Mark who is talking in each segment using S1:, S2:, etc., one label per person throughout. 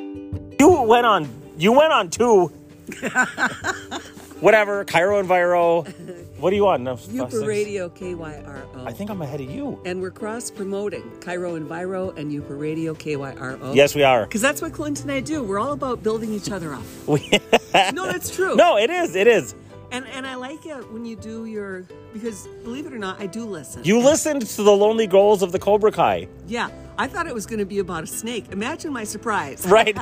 S1: you went on you went on two. Whatever, Cairo and Viro. What are you on? No, five,
S2: Uper
S1: six?
S2: Radio KYRO.
S1: I think I'm ahead of you.
S2: And we're cross promoting Cairo Enviro and Uper Radio KYRO.
S1: Yes, we are.
S2: Because that's what Clint and I do. We're all about building each other up.
S1: We-
S2: no, that's true.
S1: no, it is. It is.
S2: And and I like it when you do your because believe it or not, I do listen.
S1: You listened to the lonely goals of the Cobra Kai,
S2: yeah. I thought it was going to be about a snake. Imagine my surprise.
S1: right?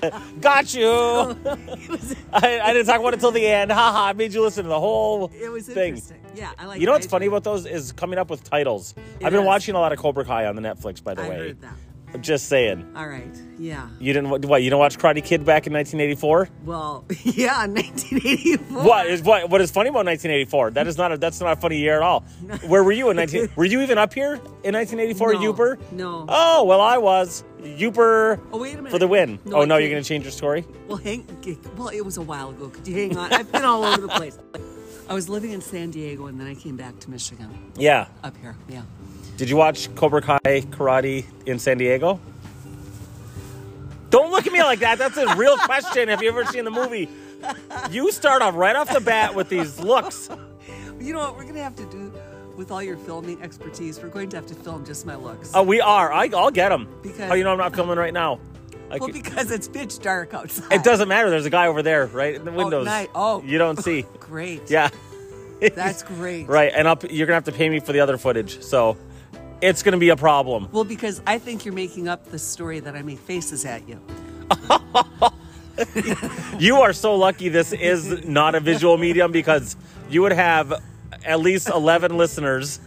S1: Got you. I,
S2: It was,
S1: I didn't talk about it till the end. Haha! I made you listen to the whole
S2: it was
S1: thing.
S2: interesting. Yeah, I like.
S1: You know
S2: it.
S1: what's funny about those is coming up with titles. I've been
S2: is.
S1: watching a lot of Cobra Kai on the Netflix, by the
S2: I
S1: way.
S2: heard that.
S1: I'm just saying.
S2: All right. Yeah.
S1: You didn't wa- what? You didn't watch Karate Kid back in 1984?
S2: Well, yeah, 1984.
S1: What is what? What is funny about 1984? That is not a that's not a funny year at all. Where were you in 19? were you even up here in 1984,
S2: No,
S1: Youper?
S2: no.
S1: Oh well, I was Youper.
S2: Oh, wait a minute.
S1: For the win.
S2: No,
S1: oh
S2: I
S1: no, you're
S2: can't.
S1: gonna change your story.
S2: Well, hang. Well, it was a while ago. Could you hang on? I've been all over the place. I was living in San Diego, and then I came back to Michigan.
S1: Yeah.
S2: Up here. Yeah.
S1: Did you watch Cobra Kai Karate in San Diego? Don't look at me like that. That's a real question. Have you ever seen the movie? You start off right off the bat with these looks.
S2: You know what? We're gonna have to do with all your filming expertise. We're going to have to film just my looks.
S1: Oh, we are. I, I'll get them.
S2: Because-
S1: How do you know I'm not filming right now? I
S2: well,
S1: c-
S2: because it's pitch dark outside.
S1: it doesn't matter. There's a guy over there, right in the windows.
S2: night. Oh.
S1: you don't see.
S2: Great.
S1: Yeah,
S2: That's great.
S1: right. And up, you're gonna have to pay me for the other footage. So it's gonna be a problem.
S2: Well, because I think you're making up the story that I made faces at you.
S1: You are so lucky. This is not a visual medium because you would have at least 11 listeners.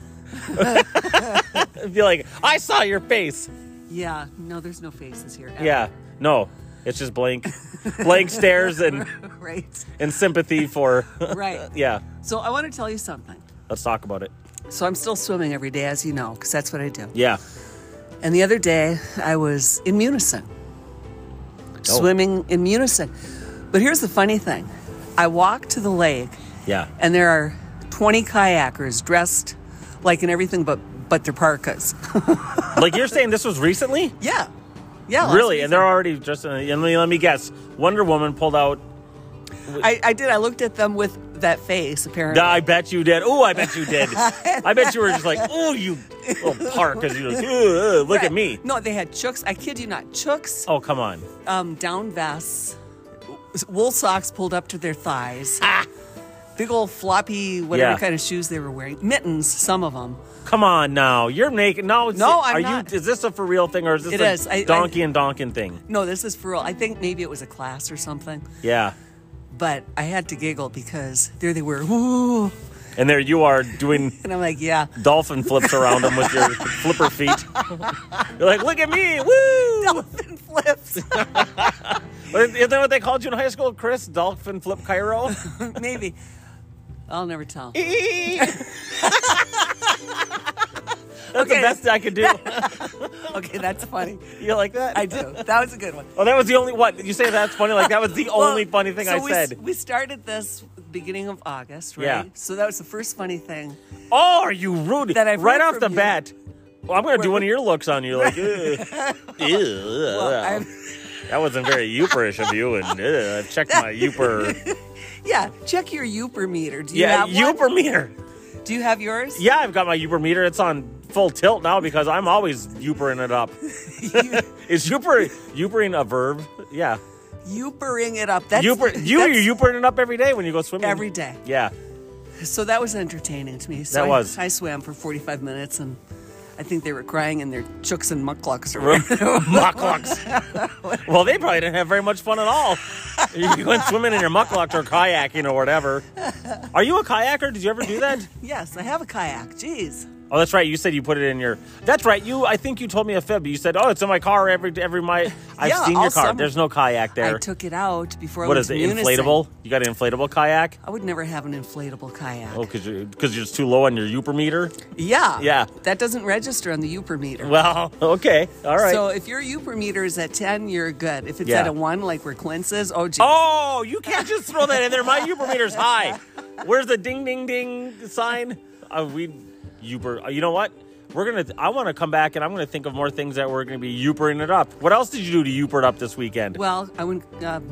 S1: be like, I saw your face.
S2: Yeah. No, there's no faces here. ever.
S1: Yeah. No, it's just blank, blank stares and
S2: right.
S1: and sympathy for.
S2: Right.
S1: yeah.
S2: So I want to tell you something.
S1: Let's talk about it.
S2: So I'm still swimming every day, as you know, because that's what I do.
S1: Yeah.
S2: And the other day, I was in Munison, Oh. swimming in Munison. But here's the funny thing I walked to the lake,
S1: Yeah.
S2: and there are 20 kayakers dressed like in everything but, but their parkas.
S1: Like you're saying, this was recently.
S2: yeah. Yeah. last
S1: Really, and they're
S2: season.
S1: already just. In and let me, let me guess. Wonder Woman pulled out.
S2: I, I did. I looked at them with that face, apparently.
S1: I bet you did. Oh, I bet you did. I bet you were just like, oh, you little park, because you're like, "Ugh, look at
S2: Right.
S1: me.
S2: No, they had chooks. I kid you not. Chooks,
S1: Oh, come on.
S2: um, down vests, wool socks pulled up to their thighs, big old floppy, whatever
S1: Ah. Yeah.
S2: kind of shoes they were wearing, mittens, some of them.
S1: Come on now. You're naked. No, it's-
S2: No, I'm
S1: are
S2: not.
S1: you is this a for real thing or is this
S2: It
S1: a
S2: is. I- I-
S1: donkey and donkin thing?
S2: No, this is for real. I think maybe it was a class or something,
S1: Yeah.
S2: but I had to giggle because there they were. Woo!
S1: And there you are doing
S2: And I'm like, yeah.
S1: dolphin flips around them with your flipper feet. You're like, look at me, woo!
S2: Dolphin flips.
S1: Isn't that what they called you in high school, Chris? Dolphin flip Cairo?
S2: maybe. I'll never tell.
S1: That's the
S2: Okay.
S1: best I could do.
S2: Okay, that's funny.
S1: You like that?
S2: I do. That was a good one.
S1: Oh, that was the only what you say. That's funny. Like that was the only
S2: Well,
S1: funny thing
S2: so
S1: I
S2: we,
S1: said.
S2: We started this beginning of August, right?
S1: Yeah.
S2: So that was the first funny thing.
S1: Oh, are you rude?
S2: That I've
S1: right
S2: heard
S1: off
S2: from
S1: the
S2: you.
S1: bat. Well, I'm gonna do
S2: Where-
S1: one of your looks on you, like, "Ugh, ew,
S2: Well, I'm-
S1: that wasn't very youperish of you, and uh, I've checked my youper.
S2: yeah, check your Uper meter. Do you
S1: Yeah,
S2: have one?
S1: youper meter.
S2: Do you have yours?
S1: Yeah, I've got my youper meter. It's on full tilt now because I'm always youpering it up. Is youper youpering a verb? Yeah,
S2: Upering it up. That's,
S1: youper. You
S2: that's-
S1: you're youpering it up every day when you go swimming.
S2: Every day.
S1: Yeah,
S2: So that was entertaining to me. So
S1: That
S2: I,
S1: was.
S2: I swam for 45 minutes and I think they were crying in their chooks and mucklucks or
S1: mucklucks. well, they probably didn't have very much fun at all. You went swimming in your mucklucks or kayaking or whatever. Are you a kayaker? Did you ever do that?
S2: Yes, I have a kayak. Jeez.
S1: Oh, that's right. You said you put it in your. That's right. You, I think you told me a fib. You said, "Oh, it's in my car every every my." I've
S2: Yeah,
S1: seen your
S2: all
S1: car.
S2: summer.
S1: There's no kayak
S2: I
S1: there.
S2: took it out before
S1: What
S2: I
S1: is
S2: was
S1: it? Inflatable? You got an inflatable kayak?
S2: I would never have an inflatable kayak.
S1: Oh, because you're because you're just too low on your Uper meter.
S2: Yeah.
S1: Yeah.
S2: That doesn't register on the Uper meter.
S1: Well, okay, all right.
S2: So if your Uper meter is at 10, you're good. If it's
S1: Yeah.
S2: at a 1, like where Clint's is, oh, geez.
S1: oh, you can't just throw that in there. My Uber meter's high. Where's the ding ding ding sign? Uh, we Uber. uh, you know what? We're gonna. I want to come back and I'm gonna think of more things that we're gonna be youpering it up. What else did you do to youper it up this weekend?
S2: Well, I went. Um,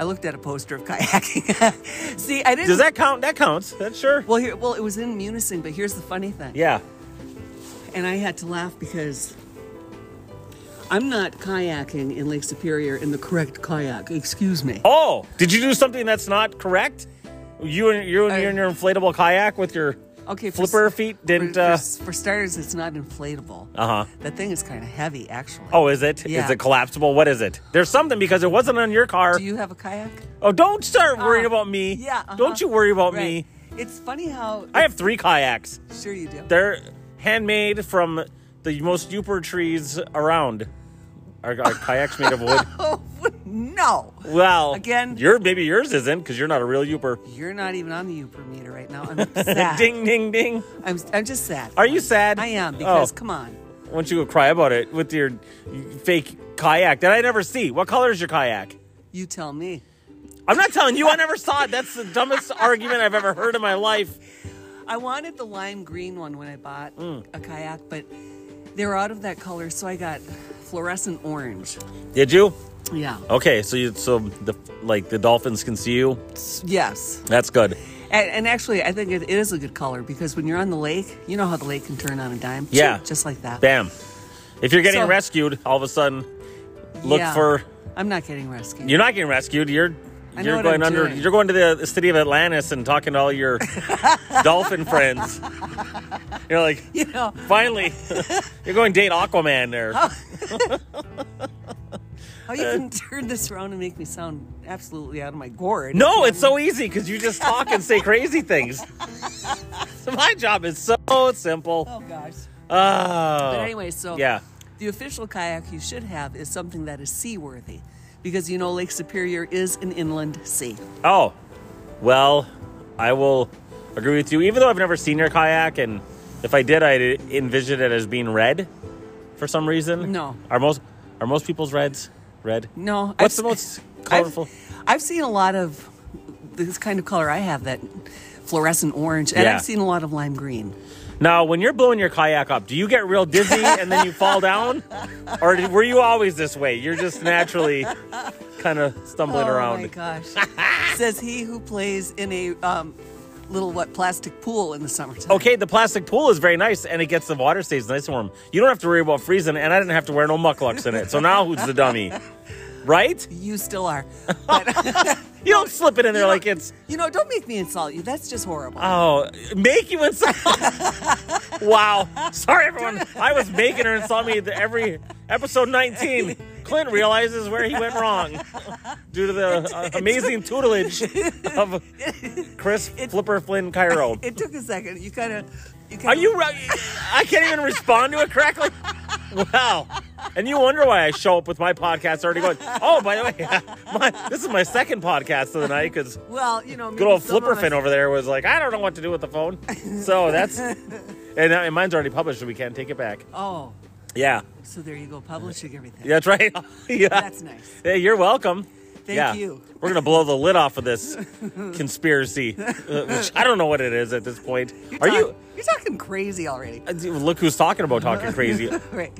S2: I looked at a poster of kayaking. See, I didn't.
S1: Does that count? That counts. That's sure.
S2: Well, here. Well, it was in Munising, but here's the funny thing.
S1: Yeah.
S2: And I had to laugh because I'm not kayaking in Lake Superior in the correct kayak. Excuse me.
S1: Oh, did you do something that's not correct? You and you and, you and your inflatable kayak with your
S2: Okay. for
S1: flipper
S2: s-
S1: feet
S2: for-
S1: didn't.
S2: For,
S1: uh,
S2: s- for starters, it's not inflatable.
S1: Uh-huh.
S2: That thing is kind of heavy, actually.
S1: Oh, is it? Is
S2: Yeah.
S1: it collapsible? What is it? There's something because it wasn't on your car.
S2: Do you have a kayak?
S1: oh, don't start worrying
S2: Uh,
S1: about me.
S2: Yeah. uh-huh.
S1: Don't you worry about me.
S2: Right. It's funny how.
S1: I have three kayaks.
S2: sure you do.
S1: They're handmade from the most super trees around. Our, our kayaks made of wood.
S2: Oh no!
S1: Well,
S2: Again-
S1: your maybe yours isn't because you're not a real youper.
S2: You're not even on the Uber meter right now. I'm sad.
S1: ding, ding, ding.
S2: I'm, I'm just sad.
S1: Are you sad?
S2: I am
S1: Oh.
S2: because come on.
S1: Why don't you go cry about it with your fake kayak that I never see? What color is your kayak?
S2: You tell me.
S1: I'm not telling you. I never saw it. That's the dumbest argument I've ever heard in my life.
S2: I wanted the lime green one when I bought a kayak, but they were out of that color, so I got fluorescent orange.
S1: Did you?
S2: Yeah.
S1: Okay, so you so the like the dolphins can see you.
S2: Yes.
S1: That's good.
S2: And, and actually, I think it, it is a good color because when you're on the lake, you know how the lake can turn on a dime.
S1: Yeah.
S2: Just like that.
S1: Bam. If you're getting
S2: So-
S1: rescued, all of a sudden, look
S2: Yeah.
S1: for
S2: I'm not getting rescued.
S1: you're not getting rescued. You're
S2: I know
S1: you're
S2: what
S1: going
S2: I'm
S1: under.
S2: doing.
S1: You're going to the city of Atlantis and talking to all your dolphin friends. You're like,
S2: You know,
S1: finally, you're going date Aquaman there.
S2: Oh. how you can turn this around and make me sound absolutely out of my gourd.
S1: No, it's so easy because you just talk and say crazy things. So My job is so simple.
S2: Oh, gosh.
S1: Oh.
S2: But anyway, so
S1: yeah.
S2: the official kayak you should have is something that is seaworthy because you know Lake Superior is an inland sea.
S1: Oh, well, I will agree with you. Even though I've never seen your kayak, and if I did, I'd envision it as being red for some reason.
S2: No.
S1: Are most are most people's reds red?
S2: No.
S1: What's
S2: I've-
S1: the most
S2: I've-
S1: colorful?
S2: I've, seen a lot of this kind of color I have that fluorescent orange, and
S1: Yeah.
S2: I've seen a lot of lime green.
S1: Now, when you're blowing your kayak up, do you get real dizzy and then you fall down, or did, were you always this way? You're just naturally kind of stumbling
S2: oh
S1: around.
S2: my gosh! Says he who plays in a um, little what plastic pool in the summertime.
S1: Okay, the plastic pool is very nice, and it gets the water stays nice and warm. You don't have to worry about freezing, and I didn't have to wear no mucklucks in it. So now who's the dummy? Right?
S2: You still are.
S1: You don't slip it in there like it's
S2: You know, don't make me insult you. That's just horrible.
S1: oh make you insult. wow, sorry everyone. I was making her insult me the- every episode 19. Clint realizes where he went wrong due to the uh, amazing tutelage of Chris Flipper Flynn Cairo.
S2: it took a second. You kind of. You kinda,
S1: Are you? right? I can't even respond to it correctly. Wow. And you wonder why I show up with my podcast already going. Oh, by the way, my, this is my second podcast of the night because
S2: Well, you know,
S1: good
S2: maybe
S1: old
S2: some of
S1: flipper
S2: us-
S1: fin over there was like, I don't know what to do with the phone. So that's and, uh, and mine's already published, so we can't take it back.
S2: Oh,
S1: Yeah,
S2: so there you go, publishing everything.
S1: that's right. yeah,
S2: That's nice.
S1: Hey, you're welcome.
S2: Thank you.
S1: We're gonna blow the lid off of this conspiracy, uh, which I don't know what it is at this point. Are
S2: Talk-
S1: you?
S2: You're talking crazy already.
S1: uh, Look who's talking about talking crazy.
S2: Right.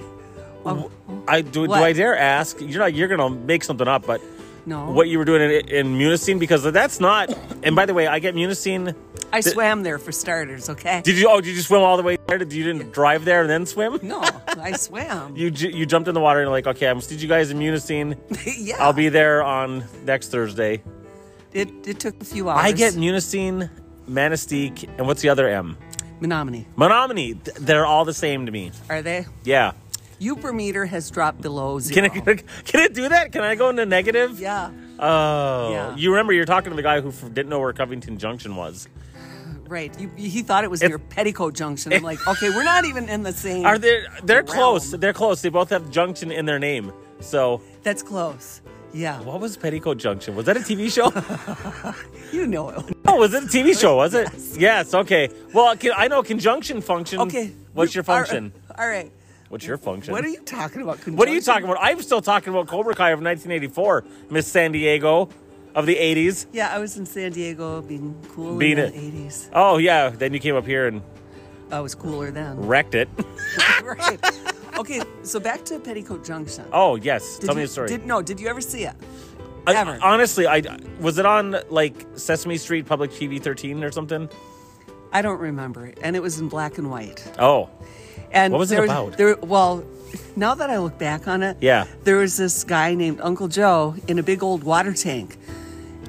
S2: Well,
S1: I do.
S2: What?
S1: Do I dare ask? You're not. You're gonna make something up, but
S2: no.
S1: what you were doing in, in Munising because that's not. And by the way, I get Munising.
S2: I swam there for starters, okay?
S1: Did you? Oh, did you swim all the way there? Did you didn't drive there and then swim?
S2: no, I swam.
S1: You ju- you jumped in the water and you're like, okay, I'm did you guys in Munising?
S2: yeah.
S1: I'll be there on next Thursday.
S2: It, it took a few hours.
S1: I get Munising, Manistique, and what's the other M?
S2: Menominee.
S1: Menominee. Th- They're all the same to me.
S2: Are they?
S1: Yeah.
S2: Uper meter has dropped below zero.
S1: Can it can it do that? Can I go into negative?
S2: yeah,
S1: Oh,
S2: Yeah.
S1: you remember you're talking to the guy who f- didn't know where Covington Junction was.
S2: right. You, he thought it was near Petticoat Junction. I'm like, okay, we're not even in the same.
S1: Are they? They're
S2: Realm.
S1: close. They're close. They both have Junction in their name. So
S2: That's close. Yeah,
S1: what was Petticoat Junction? Was that a TV show?
S2: you know it.
S1: Oh, was it a TV show? Was it? Yes. okay. Well, can, I know conjunction function.
S2: Okay.
S1: What's
S2: you-
S1: your function?
S2: All right. all right.
S1: What's your function?
S2: What are you talking about?
S1: What are you
S2: conjunction?
S1: talking about? I'm still talking about Cobra Kai of 1984, Miss San Diego of the 80s.
S2: Yeah, I was in San Diego being cool
S1: Being
S2: in
S1: it.
S2: the 80s.
S1: Oh yeah. Then you came up here and
S2: I was cooler then.
S1: Wrecked it.
S2: right. Okay, so back to Petticoat Junction.
S1: Oh yes,
S2: Did
S1: tell
S2: you,
S1: me a story.
S2: Did, no, did you ever see it?
S1: I-
S2: ever.
S1: honestly, I was it on like Sesame Street Public TV 13 or something.
S2: I don't remember it, and it was in black and white.
S1: Oh,
S2: And
S1: What was it
S2: there
S1: about?
S2: There, well, now that I look back on it,
S1: Yeah.
S2: there was this guy named Uncle Joe in a big old water tank,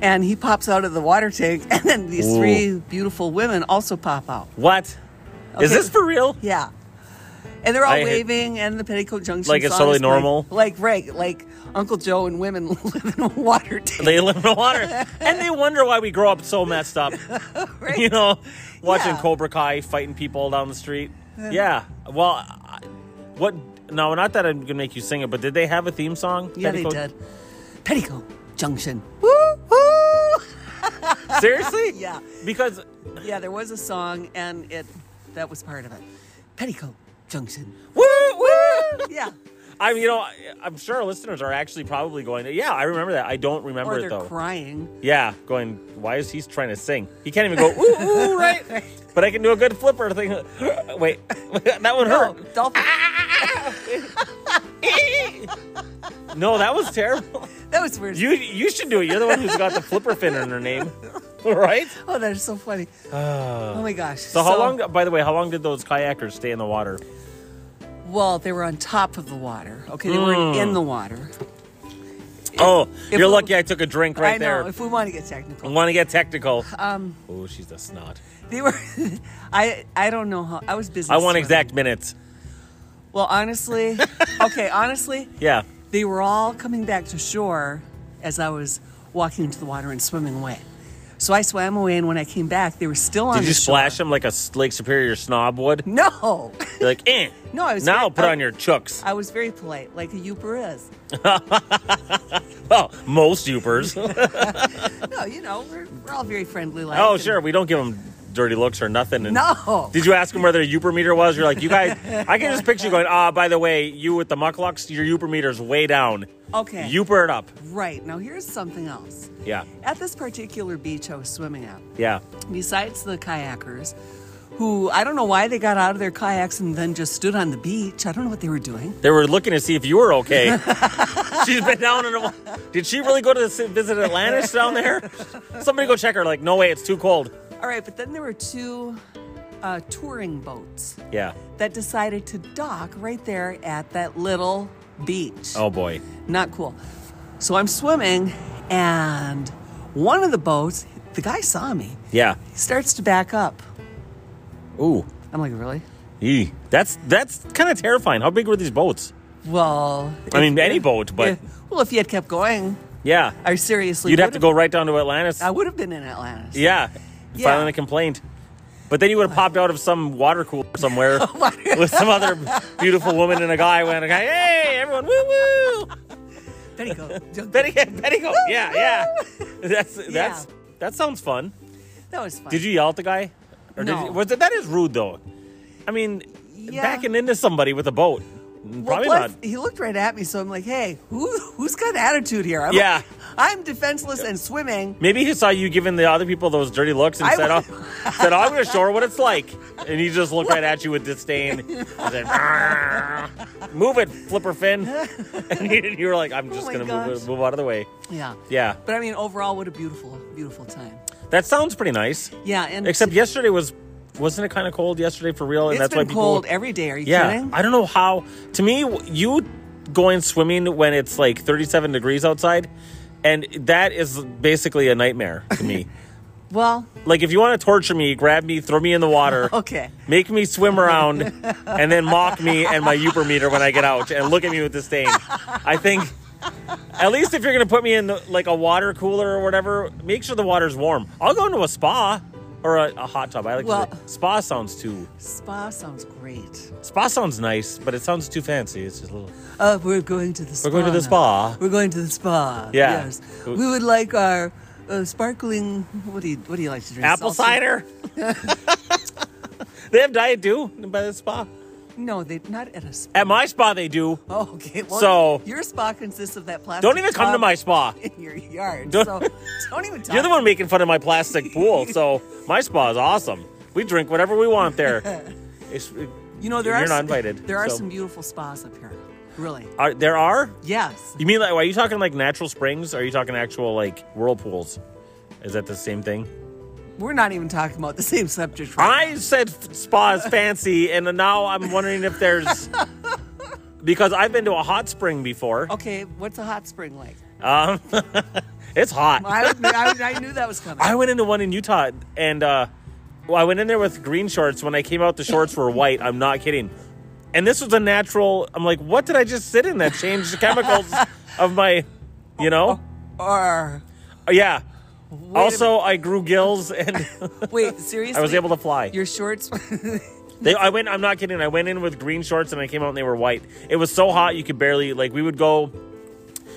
S2: and he pops out of the water tank, and then these
S1: Ooh.
S2: three beautiful women also pop out.
S1: what? Is
S2: Okay.
S1: this for real?
S2: Yeah. And they're all
S1: I had-
S2: waving, and the Petticoat Junction.
S1: Like it's
S2: song
S1: totally
S2: is playing.
S1: normal?
S2: Like, right, like Uncle Joe and women live in a water tank.
S1: They live in the water, and they wonder why we grow up so messed up.
S2: right?
S1: You know, watching
S2: Yeah.
S1: Cobra Kai fighting people down the street. Yeah. Well, I- what? No, not that I'm gonna make you sing it, but did they have a theme song?
S2: yeah,
S1: Petticoat-
S2: they did. Petticoat Junction. Woo woo.
S1: Seriously?
S2: Yeah.
S1: Because
S2: Yeah, there was a song, and it that was part of it. Petticoat Junction.
S1: woo woo.
S2: Yeah.
S1: I mean, you know, I- I'm sure our listeners are actually probably going, yeah, I remember that. I don't remember
S2: Or
S1: it
S2: they're
S1: though.
S2: crying.
S1: yeah, going, why is he trying to sing? He can't even go, ooh, ooh, right? But I can do a good flipper thing. Wait, that would
S2: No,
S1: hurt.
S2: dolphin.
S1: No, that was terrible.
S2: That was weird.
S1: You you should do it. You're the one who's got the flipper fin in her name, right?
S2: oh, that is so funny. oh my gosh.
S1: Ah. So how long? By the way, how long did those kayakers stay in the water?
S2: Well, they were on top of the water. Okay, they
S1: Mm.
S2: weren't in the water.
S1: oh,
S2: if
S1: you're
S2: we-
S1: lucky. I took a drink right
S2: I know. Um,
S1: there.
S2: If we want to get
S1: I
S2: technical,
S1: want to get technical. oh, she's a snot.
S2: they were. I I don't know how. I was busy.
S1: I want
S2: swimming.
S1: exact minutes.
S2: Well, honestly, okay, honestly,
S1: Yeah.
S2: they were all coming back to shore as I was walking into the water and swimming away. So I swam away, and when I came back, they were still on.
S1: Did
S2: the
S1: you
S2: shore.
S1: splash him like a S- Lake Superior snob would?
S2: No,
S1: You're like, eh.
S2: No, I was
S1: Now
S2: very-
S1: put
S2: I-
S1: on your chucks.
S2: I was very polite, like a youper is.
S1: Well, Oh, most youpers.
S2: No, you know, we're, we're all very friendly. Like,
S1: oh,
S2: and-
S1: sure. We don't give them dirty looks or nothing. And
S2: No.
S1: Did you ask him where their youper meter was? You're like, you guys, I can just picture you going, ah, by the way, you with the mucklucks, your youper meter's way down.
S2: Okay.
S1: Youper it up.
S2: Right now, here's something else.
S1: Yeah.
S2: At this particular beach I was swimming at,
S1: Yeah.
S2: besides the kayakers, who I don't know why they got out of their kayaks and then just stood on the beach. I don't know what they were doing.
S1: They were looking to see if you were okay. She's been down in a while. Did she really go to s- visit Atlantis down there? Somebody go check her. Like, no way, it's too cold.
S2: All right, but then there were two uh, touring boats
S1: Yeah.
S2: that decided to dock right there at that little beach.
S1: Oh, boy.
S2: Not cool. So I'm swimming, and one of the boats, the guy saw me.
S1: Yeah.
S2: He starts to back up.
S1: Ooh.
S2: I'm like, really?
S1: Eee. That's that's kind of terrifying. How big were these boats?
S2: Well,
S1: I mean, any boat, but
S2: if- well, if you had kept going,
S1: yeah,
S2: I seriously
S1: you'd have to
S2: would've-
S1: go right down to Atlantis.
S2: I would have been in Atlantis.
S1: Yeah,
S2: Yeah.
S1: filing a complaint. But then you would have popped out of some water cooler somewhere
S2: Oh
S1: with some other beautiful woman and a guy went, "Hey, everyone, woo woo!"
S2: Petticoat. Junk-
S1: Betty, Betty, go, yeah, yeah. That's that's that sounds fun.
S2: that was fun.
S1: Did you yell at the guy? Or did
S2: No.
S1: you, was it, that is rude though. I mean,
S2: Yeah.
S1: backing into somebody with a boat,
S2: Well,
S1: probably
S2: plus,
S1: not.
S2: He looked right at me, so I'm like, "Hey, who who's got attitude here?" I'm
S1: Yeah.
S2: like, I'm defenseless and swimming.
S1: Maybe he saw you giving the other people those dirty looks and
S2: I
S1: said, oh,
S2: would-
S1: said, "Oh, I'm going to show her what it's like. And he just looked right at you with disdain. and said, "Argh. Move it, flipper fin. And you, you were like, I'm just
S2: Oh my
S1: going to move,
S2: gosh.
S1: it- move out of the way.
S2: Yeah.
S1: Yeah.
S2: But I mean, overall, what a beautiful, beautiful time.
S1: That sounds pretty nice.
S2: Yeah, and
S1: Except yesterday was, wasn't it kind of cold yesterday for real? And
S2: it's
S1: that's
S2: been
S1: why people.
S2: cold every day. Are you
S1: yeah.
S2: kidding?
S1: I don't know how. To me, you going swimming when it's like 37 degrees outside, and that is basically a nightmare to me.
S2: well,
S1: Like if you want to torture me, grab me, throw me in the water,
S2: okay.
S1: make me swim around, and then mock me and my Uber meter when I get out, and look at me with disdain. I think at least if you're gonna put me in the, like a water cooler or whatever, make sure the water's warm. I'll go into a spa or a, a hot tub. I like
S2: Well-
S1: to say, spa sounds too
S2: Spa sounds great.
S1: spa sounds nice, but it sounds too fancy. It's just a little.
S2: Uh, we're going to the spa.
S1: going to the
S2: now.
S1: spa.
S2: We're going to the spa.
S1: Yeah.
S2: Yes. We would like our uh, sparkling. What do you What do you like to drink?
S1: Apple
S2: Salty-
S1: cider. they have diet dew by the spa.
S2: No, they not at a spa.
S1: At my spa, they do.
S2: Oh, okay. Well,
S1: So-
S2: your spa consists of that plastic.
S1: Don't even come to
S2: tub
S1: my spa.
S2: in your yard.
S1: Don't-
S2: so don't even talk.
S1: You're the one making fun of my plastic pool, so my spa is awesome. We drink whatever we want there. It's- it-
S2: You know, there
S1: You're
S2: are
S1: not
S2: s-
S1: invited,
S2: There are
S1: so-
S2: some beautiful spas up here. Really?
S1: are, there are.
S2: Yes.
S1: You mean like? Are you talking like natural springs? Or are you talking actual like whirlpools? Is that the same thing?
S2: We're not even talking about the same subject. right
S1: I said f- spa is fancy, and now I'm wondering if there's because I've been to a hot spring before.
S2: now. Okay, what's a hot spring like?
S1: It's hot.
S2: I, I, I knew that was coming.
S1: I went into one in Utah, and uh, well, I went in there with green shorts. When I came out, the shorts were white. I'm not kidding. And this was a natural. I'm like, what did I just sit in that changed the chemicals of my, you know?
S2: or
S1: Yeah.
S2: a
S1: Also, I grew gills and
S2: wait, seriously?
S1: I was able to fly.
S2: Your shorts.
S1: They, I went. I'm not kidding. I went in with green shorts and I came out and they were white. It was so hot you could barely like. We would go.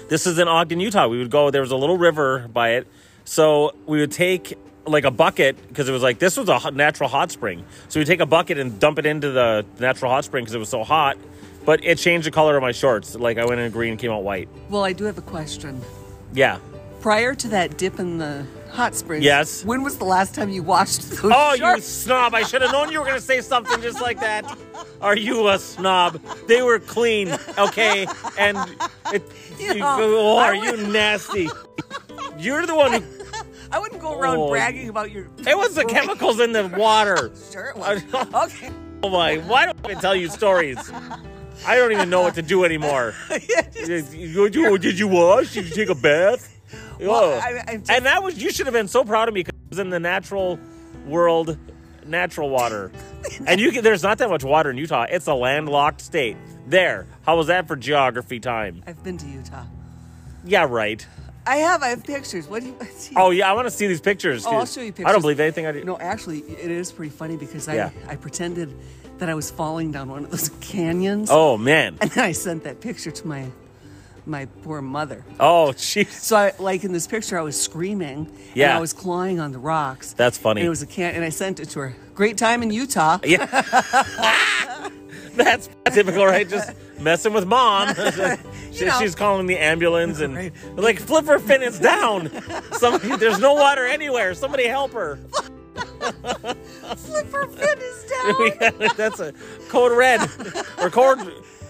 S1: This is in Ogden, Utah. We would go. There was a little river by it, so we would take like a bucket because it was like this was a hot- natural hot spring. So we take a bucket and dump it into the natural hot spring because it was so hot. But it changed the color of my shorts. Like I went in green and came out white.
S2: well, I do have a question.
S1: Yeah.
S2: Prior to that dip in the hot springs,
S1: Yes.
S2: When was the last time you washed those
S1: Oh, you
S2: shorts?
S1: snob! I should have known you were gonna say something just like that. Are you a snob? They were clean, okay? And it, you,
S2: You know,
S1: oh,
S2: I
S1: are you nasty? You're the one. Who,
S2: I wouldn't go around
S1: Oh,
S2: bragging about your.
S1: it was the chemicals in the water.
S2: Sure, it was. okay.
S1: Oh my! Why don't I tell you stories? I don't even know what to do anymore. Did you, you- oh, did you wash? Did you take a bath?
S2: Well,
S1: Oh.
S2: I- I'm just-
S1: and that was you should have been so proud of me because in the natural world, natural water, and you can, there's not that much water in Utah. It's a landlocked state. There, how was that for geography time?
S2: I've been to Utah.
S1: Yeah, right.
S2: I have. I have pictures. What do you?
S1: Oh yeah, I want to see these pictures.
S2: Oh, I'll show you
S1: I
S2: pictures.
S1: don't believe anything I do.
S2: No, actually, it is pretty funny because I,
S1: Yeah.
S2: I pretended that I was falling down one of those canyons,
S1: Oh man.
S2: and then I sent that picture to my my poor mother.
S1: Oh jeez.
S2: So, I, like in this picture, I was screaming. and
S1: Yeah.
S2: I was clawing on the rocks.
S1: That's funny.
S2: And it was a can, and I sent it to her. Great time in Utah.
S1: That's typical, right? Just messing with mom. she,
S2: know.
S1: She's calling the ambulance and
S2: Right.
S1: like flipper fin is down. Somebody, there's no water anywhere. Somebody help her.
S2: Flipper fin is down.
S1: We got- That's a code red or code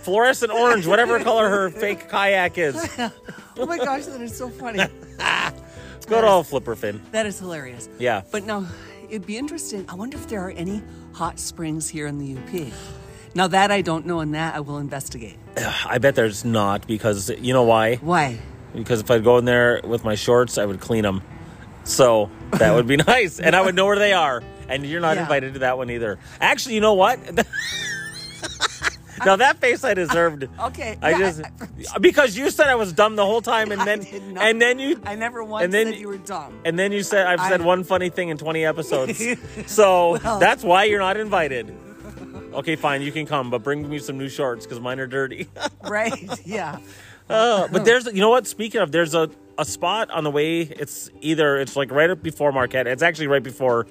S1: fluorescent orange, whatever color her fake kayak is.
S2: Oh my gosh, that is so funny.
S1: Good old flipper fin.
S2: That is hilarious.
S1: Yeah.
S2: But now, it'd be interesting. I wonder if there are any hot springs here in the UP. Now that I don't know, and that I will investigate.
S1: I bet there's not because you know why?
S2: Why?
S1: Because if I'd go in there with my shorts, I would clean them. So that would be nice, and I would know where they are. And you're not
S2: Yeah.
S1: invited to that one either. Actually, you know what? now that face I deserved.
S2: Okay,
S1: I
S2: yeah,
S1: just because you said I was dumb the whole time, and
S2: I
S1: then
S2: did not.
S1: and then you
S2: I never once
S1: And then-
S2: said you were dumb.
S1: and then you said I've said
S2: I-
S1: one funny thing in 20 episodes. so that's why you're not invited. Okay, fine, you can come, but bring me some new shorts because mine are dirty.
S2: right? Yeah.
S1: Uh, but there's, you know what? Speaking of, there's a, a spot on the way. It's either, it's like right up before Marquette. It's actually right before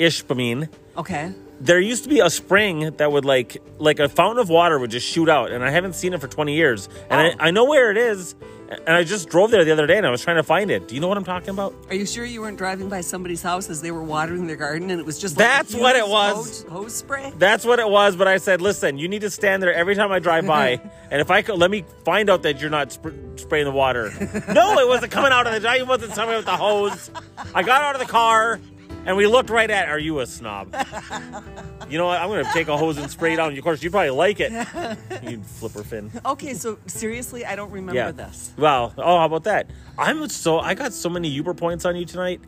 S1: Ishpeming.
S2: Okay.
S1: There used to be a spring that would like, like a fountain of water would just shoot out. And I haven't seen it for 20 years. And I, I know where it is. And I just drove there the other day and I was trying to find it. Do you know what I'm talking about?
S2: Are you sure you weren't driving by somebody's house as they were watering their garden and it was just like
S1: That's
S2: a
S1: what it
S2: huge
S1: was.
S2: hose, hose spray?
S1: That's what it was, but I said, "Listen, you need to stand there every time I drive by, and if I could, let me find out that you're not sp- spraying the water." no, it wasn't coming out of the. It wasn't coming out of the hose. I got out of the car, and we looked right at. Are you a snob? You know what? I'm gonna take a hose and spray it on you. Of course, you probably like it. You flipper fin.
S2: Okay, so seriously, I don't remember
S1: Yeah.
S2: this.
S1: Wow. Oh, how about that? I'm so I got so many Uber points on you tonight.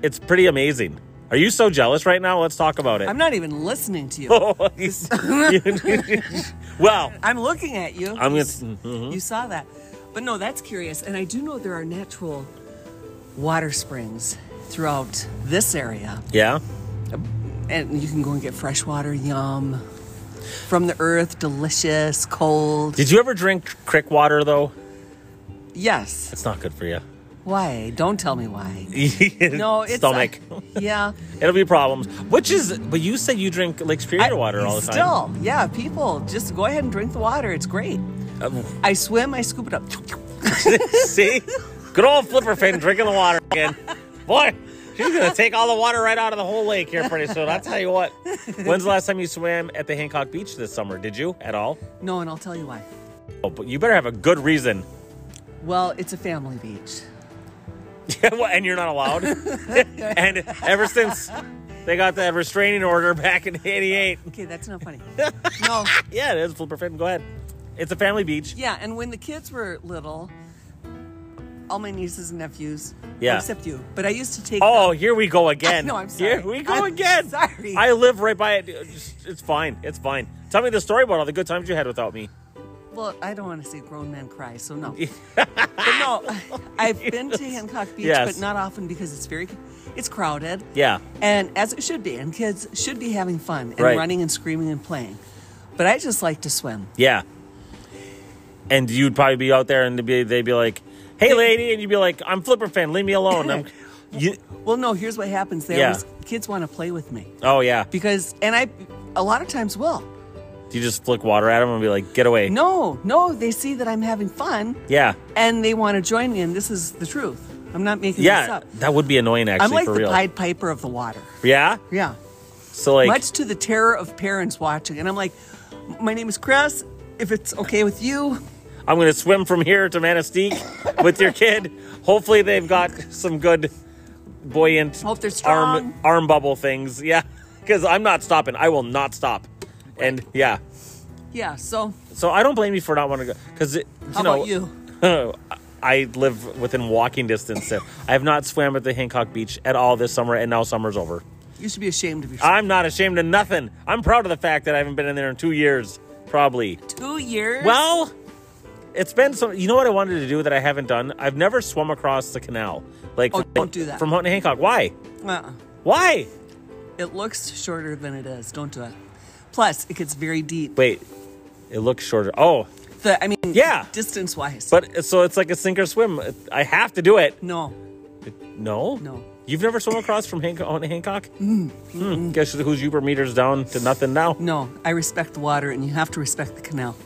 S1: It's pretty amazing. Are you so jealous right now? Let's talk about it.
S2: I'm not even listening to you.
S1: well,
S2: I'm looking at you.
S1: I'm gonna-
S2: You s-
S1: Uh-huh.
S2: You saw that, but no, that's curious. And I do know there are natural water springs throughout this area,
S1: yeah.
S2: and you can go and get fresh water. Yum, from the earth, delicious, cold.
S1: Did you ever drink crick water though?
S2: Yes.
S1: It's not good for you.
S2: Why? Don't tell me why. No, it's uh,
S1: stomach.
S2: yeah.
S1: It'll be problems. Which is, but you said you drink like Superior water all the time.
S2: Still, yeah, people, just go ahead and drink the water. It's great.
S1: Um,
S2: I swim, I scoop it up.
S1: See, good old flipper fin drinking the water again. Boy, She's gonna take all the water right out of the whole lake here pretty soon. I'll tell you what. When's the last time you swam at the Hancock Beach this summer? Did you at all?
S2: No, and I'll tell you why.
S1: Oh, but you better have a good reason.
S2: Well, it's a family beach.
S1: Yeah, well, and you're not allowed. and ever since they got that restraining order back in '88,
S2: Okay, that's not funny. no.
S1: yeah, it is flipper fin. Go ahead. It's a family beach.
S2: Yeah, and when the kids were little, all my nieces and nephews,
S1: Yeah.
S2: except you, but I used to take
S1: Oh, here we go again.
S2: No, I'm sorry.
S1: Here we go
S2: I'm
S1: again.
S2: sorry.
S1: I live right by it. It's- It's fine. It's fine. Tell me the story about all the good times you had without me.
S2: Well, I don't want to see grown men cry, so no. but no, I've been to Hancock Beach,
S1: Yes.
S2: but not often because it's very, it's crowded.
S1: Yeah.
S2: And as it should be, and kids should be having fun and
S1: Right.
S2: running and screaming and playing. But I just like to swim.
S1: Yeah. And you'd probably be out there and they'd be, they'd be like, hey, lady. And you'd be like, I'm Flipper Fan. Leave me alone. I'm, you,
S2: Well, no, here's what happens. They
S1: Yeah.
S2: always, kids want to play with me
S1: oh, yeah.
S2: because, and I, a lot of times will.
S1: You just flick water at them and be like, get away.
S2: No, no, they see that I'm having fun
S1: Yeah.
S2: and they want to join me, and this is the truth. I'm not making this
S1: Yeah.
S2: up.
S1: That would be annoying, actually,
S2: I'm like
S1: for
S2: the
S1: real.
S2: Pied Piper of the water.
S1: Yeah.
S2: Yeah.
S1: So, like,
S2: much to the terror of parents watching. And I'm like, my name is Chris. If it's okay with you,
S1: I'm going to swim from here to Manistee with your kid. Hopefully, they've got some good buoyant
S2: Hope they're
S1: arm
S2: strong.
S1: arm bubble things. Yeah, because I'm not stopping. I will not stop. And yeah,
S2: yeah. So
S1: so I don't blame you for not wanting to go. Because you
S2: how
S1: know,
S2: about you?
S1: I live within walking distance. so I have not swam at the Hancock Beach at all this summer, and now summer's over.
S2: You should be ashamed of yourself.
S1: I'm not ashamed of nothing. I'm proud of the fact that I haven't been in there in two years, probably.
S2: Two years.
S1: Well, it's been so. You know what I wanted to do that I haven't done? I've never swum across the canal. Like,
S2: Oh,
S1: from,
S2: don't do that.
S1: From Houghton to Hancock. Why?
S2: uh-uh.
S1: Why?
S2: it looks shorter than it is. Don't do it. Plus, it gets very deep.
S1: Wait, it looks shorter. Oh,
S2: The, I mean,
S1: Yeah.
S2: distance wise.
S1: but so it's like a sink or swim. I have to do it.
S2: no,
S1: No?
S2: No. Mm.
S1: You've never swum across from Hancock? Houghton to Hancock? Hmm. Guess who's Uber meters down to nothing now?
S2: no. I respect the water, and you have to respect the canal.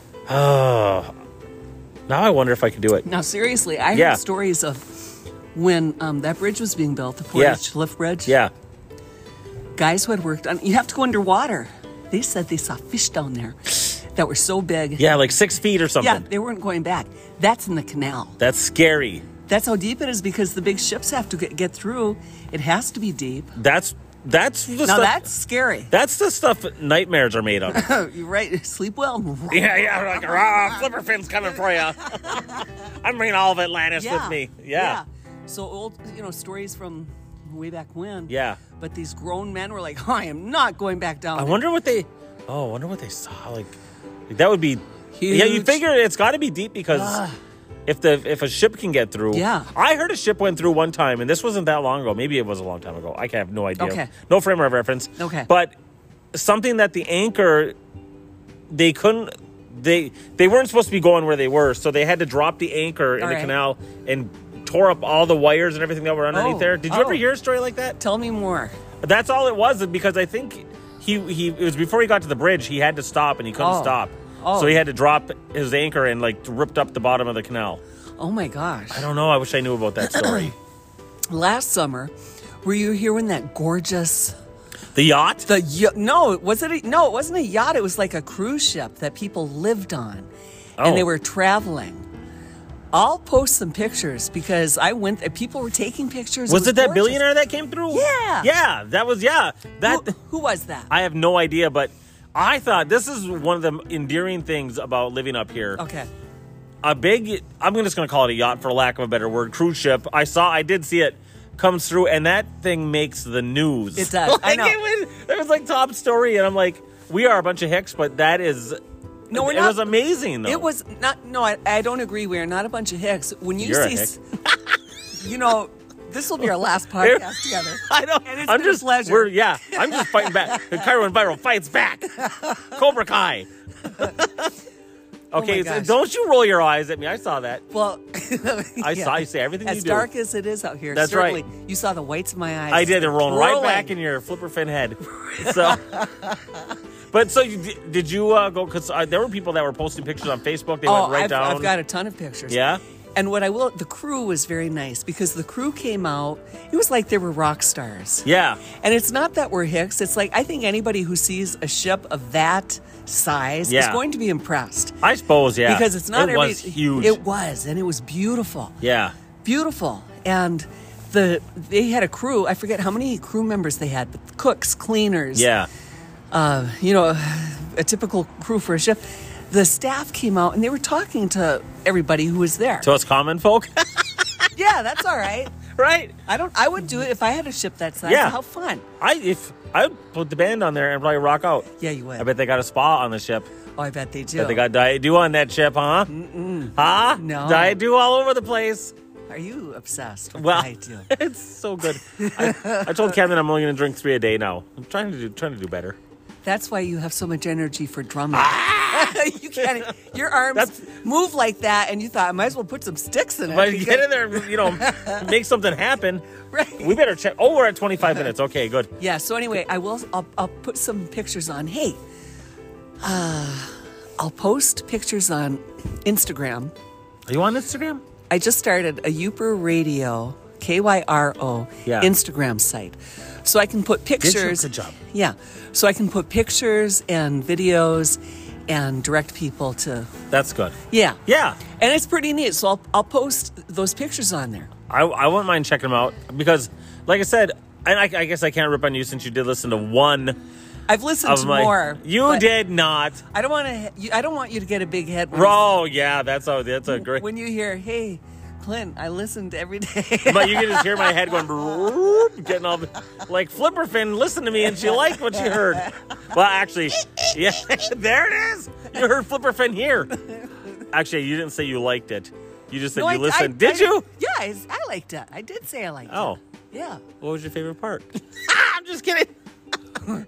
S1: Now I wonder if I could do it.
S2: Now, seriously, I
S1: Yeah.
S2: heard stories of when um, that bridge was being built, the
S1: Yeah.
S2: Portage Lift Bridge.
S1: Yeah.
S2: guys who had worked on you have to go underwater they said they saw fish down there that were so big
S1: Yeah, like six feet or something.
S2: Yeah, they weren't going back that's in the canal
S1: That's scary.
S2: that's how deep it is because the big ships have to get, get through it has to be deep
S1: That's that's the
S2: now
S1: stuff.
S2: that's scary
S1: that's the stuff nightmares are made of.
S2: you're right sleep well
S1: Yeah, yeah, like rah, flipper fin's coming for you. I'm bringing all of Atlantis with me. Yeah.
S2: so old you know stories from way back when
S1: Yeah.
S2: but these grown men were like i am not going back down
S1: I
S2: there."
S1: wonder what they. Oh, I wonder what they saw. Like, that would be. Yeah, you
S2: Huge.
S1: figure it's got to be deep because
S2: Ah.
S1: if the if a ship can get through.
S2: Yeah.
S1: I heard a ship went through one time, and this wasn't that long ago. Maybe it was a long time ago. I can have no idea.
S2: Okay.
S1: No frame of reference.
S2: Okay.
S1: But something that the anchor, they couldn't. They they weren't supposed to be going where they were, so they had to drop the anchor in
S2: All
S1: the
S2: right.
S1: canal and tore up all the wires and everything that were underneath
S2: Oh,
S1: there. Did you
S2: oh.
S1: ever hear a story like that?
S2: tell me more
S1: That's all it was because I think he he it was before he got to the bridge. He had to stop and he couldn't
S2: Oh.
S1: stop,
S2: Oh.
S1: so he had to drop his anchor and like ripped up the bottom of the canal.
S2: oh my gosh
S1: I don't know. I wish I knew about that story.
S2: last summer were you here when that gorgeous
S1: the yacht.
S2: The y- no, was it? A, no, it wasn't a yacht. It was like a cruise ship that people lived on,
S1: Oh.
S2: and they were traveling. I'll post some pictures because I went. and People were taking pictures.
S1: was it that
S2: gorgeous.
S1: billionaire that came through?
S2: Yeah.
S1: yeah, that was yeah. That
S2: Who, who was that?
S1: I have no idea, but I thought this is one of the endearing things about living up here.
S2: okay,
S1: a big I'm just gonna call it a yacht for lack of a better word, cruise ship. I saw I did see it comes through and that thing makes the news.
S2: It does.
S1: like
S2: I know.
S1: It, was, it was like top story and I'm like, we are a bunch of hicks, but that is
S2: No, we're
S1: it
S2: not-
S1: was amazing though.
S2: it was not. No, I, I don't agree. We are not a bunch of hicks. When you
S1: You're a
S2: see, s- you know, this will be our last podcast together.
S1: I know.
S2: And it's
S1: I'm
S2: been a
S1: just
S2: pleasure.
S1: we're yeah. I'm just fighting back. The Cairo and viral fights back. Cobra Kai. okay, so
S2: Oh gosh.
S1: don't you roll your eyes at me. I saw that.
S2: Well,
S1: I saw you say everything
S2: As
S1: you do.
S2: dark as it is out here,
S1: That's right.
S2: certainly you saw the whites of my eyes.
S1: I did. They're rolling right
S2: Rolling.
S1: back in your flipper fin head. So, but so you, did- did you uh, go? Because uh, there were people that were posting pictures on Facebook. They went right
S2: Oh, I've,
S1: down.
S2: I've got a ton of pictures.
S1: Yeah?
S2: And what I will, the crew was very nice because the crew came out. It was like they were rock stars.
S1: Yeah.
S2: And it's not that we're hicks. It's like I think anybody who sees a ship of that size is
S1: Yeah.
S2: going to be impressed
S1: I suppose, yeah.
S2: because it's not
S1: It
S2: every,
S1: was huge.
S2: It was, and it was beautiful,
S1: yeah.
S2: beautiful. And the they had a crew. I forget how many crew members they had, but cooks, cleaners,
S1: Yeah.
S2: uh, you know, a typical crew for a ship. The staff came out and they were talking to everybody who was there.
S1: So it's common folk,
S2: yeah, that's all right.
S1: right?
S2: I don't. I would do it if I had a ship that size.
S1: Yeah.
S2: How fun.
S1: I if I would put the band on there and probably rock out.
S2: Yeah, you would.
S1: I bet they got a spa on the ship.
S2: oh, I bet they do.
S1: Bet they got Diet Dew on that ship, huh? Mm-mm. Huh?
S2: No.
S1: Diet Dew all over the place.
S2: Are you obsessed with
S1: Well,
S2: I do?
S1: it's so good. I, I told Kevin I'm only going to drink three a day now. I'm trying to do trying to do better.
S2: That's why you have so much energy for drumming. you can't. Your arms
S1: Ah! That's-
S2: move like that, and you thought I might as well put some sticks in it.
S1: But
S2: because-
S1: get in there, you know, make something happen.
S2: Right.
S1: We better check. Oh, we're at 25 minutes. Okay, good.
S2: Yeah. So anyway, I will. I'll, I'll put some pictures on. Hey, uh, I'll post pictures on Instagram.
S1: Are you on Instagram?
S2: I just started a Youper Radio K Y R O
S1: Yeah.
S2: Instagram site, so I can put
S1: you?
S2: pictures.
S1: Good job.
S2: Yeah, so I can put pictures and videos, and direct people to
S1: That's good.
S2: yeah
S1: Yeah.
S2: and it's pretty neat. So I'll I'll post those pictures on there.
S1: I, I wouldn't mind checking them out because, like I said, and I, I guess I can't rip on you since you did listen to one
S2: I've listened
S1: of
S2: to
S1: my.
S2: more.
S1: you
S2: but
S1: did not.
S2: I don't want to. I don't want you to get a big head when,
S1: Oh, yeah, that's a, that's a great.
S2: when you hear, "Hey, Clint, I listened every day."
S1: but you can just hear my head going, "Broop," getting all like Flipper Finn listened to me and she liked what she heard. Well, actually, yeah, there it is. You heard Flipper Finn here. Actually, you didn't say you liked it. You just said
S2: No, I-
S1: you listened.
S2: I-
S1: Did
S2: I-
S1: you?
S2: Yeah, I, I liked it. I did say I liked
S1: Oh,
S2: it. Yeah.
S1: what was your favorite part? I'm just kidding.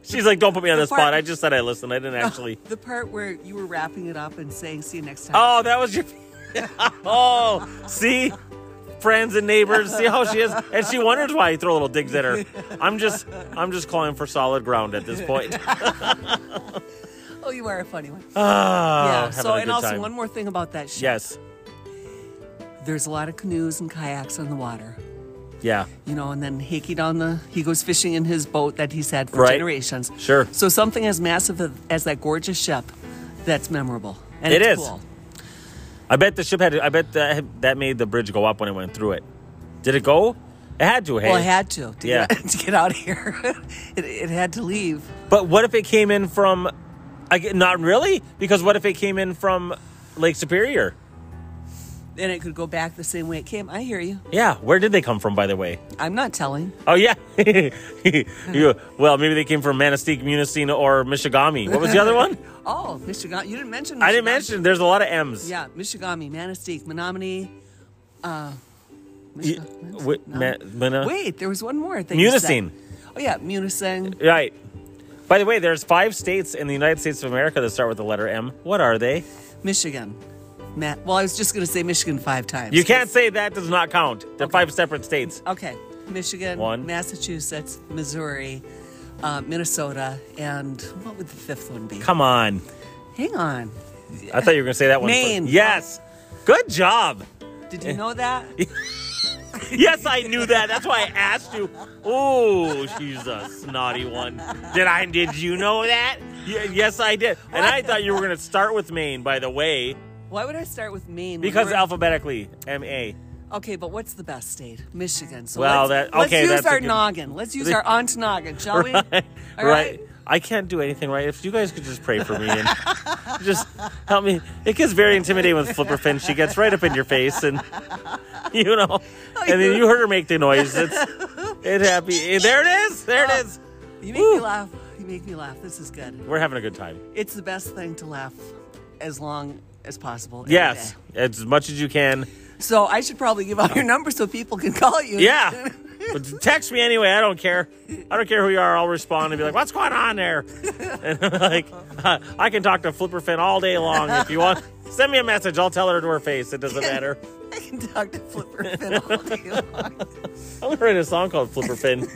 S1: She's like, don't put me on the,
S2: part-
S1: spot. I just said I listened. I didn't actually.
S2: The part where you were wrapping it up and saying, "See you next time."
S1: Oh, that was your. oh, see, friends and neighbors, see how she is, and she wonders why I throw little digs at her. I'm just, I'm just calling for solid ground at this point.
S2: Oh, you are a funny one.
S1: Ah,
S2: yeah.
S1: having
S2: So,
S1: a
S2: and
S1: good
S2: also
S1: time.
S2: one more thing about that ship.
S1: Yes.
S2: There's a lot of canoes and kayaks on the water.
S1: Yeah.
S2: you know, and then Hickey down the he goes fishing in his boat that he's had for
S1: Right.
S2: generations.
S1: Sure.
S2: So something as massive as- as that gorgeous ship, that's memorable. And
S1: It
S2: it's
S1: is.
S2: Cool.
S1: I bet the ship had. I bet that that made the bridge go up when it went through it. Did it go? It had to. Hey.
S2: Well, I had to to,
S1: Yeah.
S2: get, to get out of here. it, it had to leave.
S1: But what if it came in from? I get, not really, because what if it came in from Lake Superior?
S2: And it could go back the same way it came. I hear you.
S1: Yeah. Where did they come from, by the way?
S2: I'm not telling.
S1: Oh yeah. You- well, maybe they came from Manistee, Munising, or Michigami. What was the other one?
S2: Oh, Michigan. You didn't mention. Michigan.
S1: I didn't mention. There's a lot of M's.
S2: Yeah, Michigami, Manistee, Menominee. Uh,
S1: Y-
S2: Michigan-
S1: wi- ma- mina-
S2: Wait, there was one more thing. you said.
S1: Munising.
S2: Oh yeah, Munising.
S1: Right. By the way, there's five states in the United States of America that start with the letter M. What are they?
S2: Michigan. Ma- well, I was just going to say Michigan five times.
S1: You can't say that does not count. They're five separate states.
S2: Okay. Michigan,
S1: One.
S2: Massachusetts, Missouri, uh, Minnesota, and what would the fifth one be?
S1: Come on.
S2: Hang on.
S1: I thought you were going to say that one. first.
S2: Maine.
S1: Yes. Good job.
S2: Did
S1: Eh.
S2: you know that?
S1: Yes, I knew that. That's why I asked you. Oh, she's a snotty one. Did I? Did you know that? Y- yes, I did. And I thought you were going to start with Maine, by the way,
S2: Why would I start with Maine? when
S1: because
S2: we're-
S1: alphabetically, M A.
S2: okay, but what's the best state? Michigan. So
S1: Well,
S2: let's,
S1: that- okay,
S2: let's use
S1: that's a
S2: our
S1: good-
S2: noggin. Let's use our aunt noggin, shall we?
S1: right.
S2: All right.
S1: I can't do anything right. If you guys could just pray for me and just help me. It gets very intimidating with Flipper Finn. She gets right up in your face and you know
S2: Oh,
S1: and then you heard her make the noise. It's it happy. There it is. There
S2: Oh.
S1: it is.
S2: You make me
S1: Woo.
S2: laugh. You make me laugh. This is good.
S1: We're having a good time.
S2: It's the best thing to laugh as long as possible. every
S1: Yes.
S2: day.
S1: As much as you can.
S2: So I should probably give out your number so people can call you.
S1: Yeah. But text me anyway. I don't care. I don't care who you are. I'll respond and be like, "What's going on there?" And I'm like, uh, I can talk to Flipper Finn all day long if you want. Send me a message. I'll tell her to her face. It doesn't matter.
S2: I can talk to Flipper Finn all day long.
S1: I'm gonna write a song called Flipper Finn.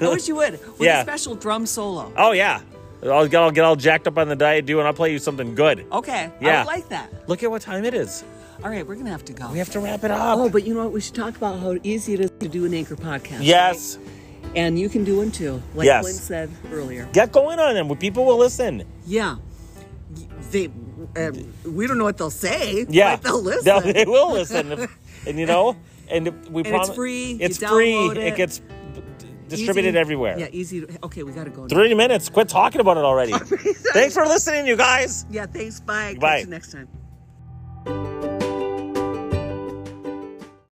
S2: I wish you would. With
S1: Yeah.
S2: a special drum solo.
S1: Oh yeah. I'll get all, get all jacked up on the diet, do, and I'll play you something good.
S2: Okay.
S1: Yeah.
S2: I like that.
S1: Look at what time it is.
S2: All right, we're gonna have to go.
S1: We have to wrap it up.
S2: Oh, but you know what? We should talk about how easy it is to do an anchor podcast.
S1: yes.
S2: right? And you can do one too, like
S1: Yes.
S2: Glenn said earlier.
S1: Get going on them. People will listen.
S2: Yeah. Y- They, uh, we don't know what they'll say.
S1: Yeah.
S2: But they'll listen.
S1: They'll- they will listen. If- and you know, and if we
S2: it's
S1: promise.
S2: free. You
S1: It's free.
S2: download it.
S1: gets distributed
S2: Easy-
S1: everywhere.
S2: Yeah, easy. To, okay, we gotta go. now.
S1: 30 minutes. Quit talking about it already. Thanks for listening, you guys.
S2: Yeah, thanks. Bye.
S1: Bye.
S2: Catch you next time.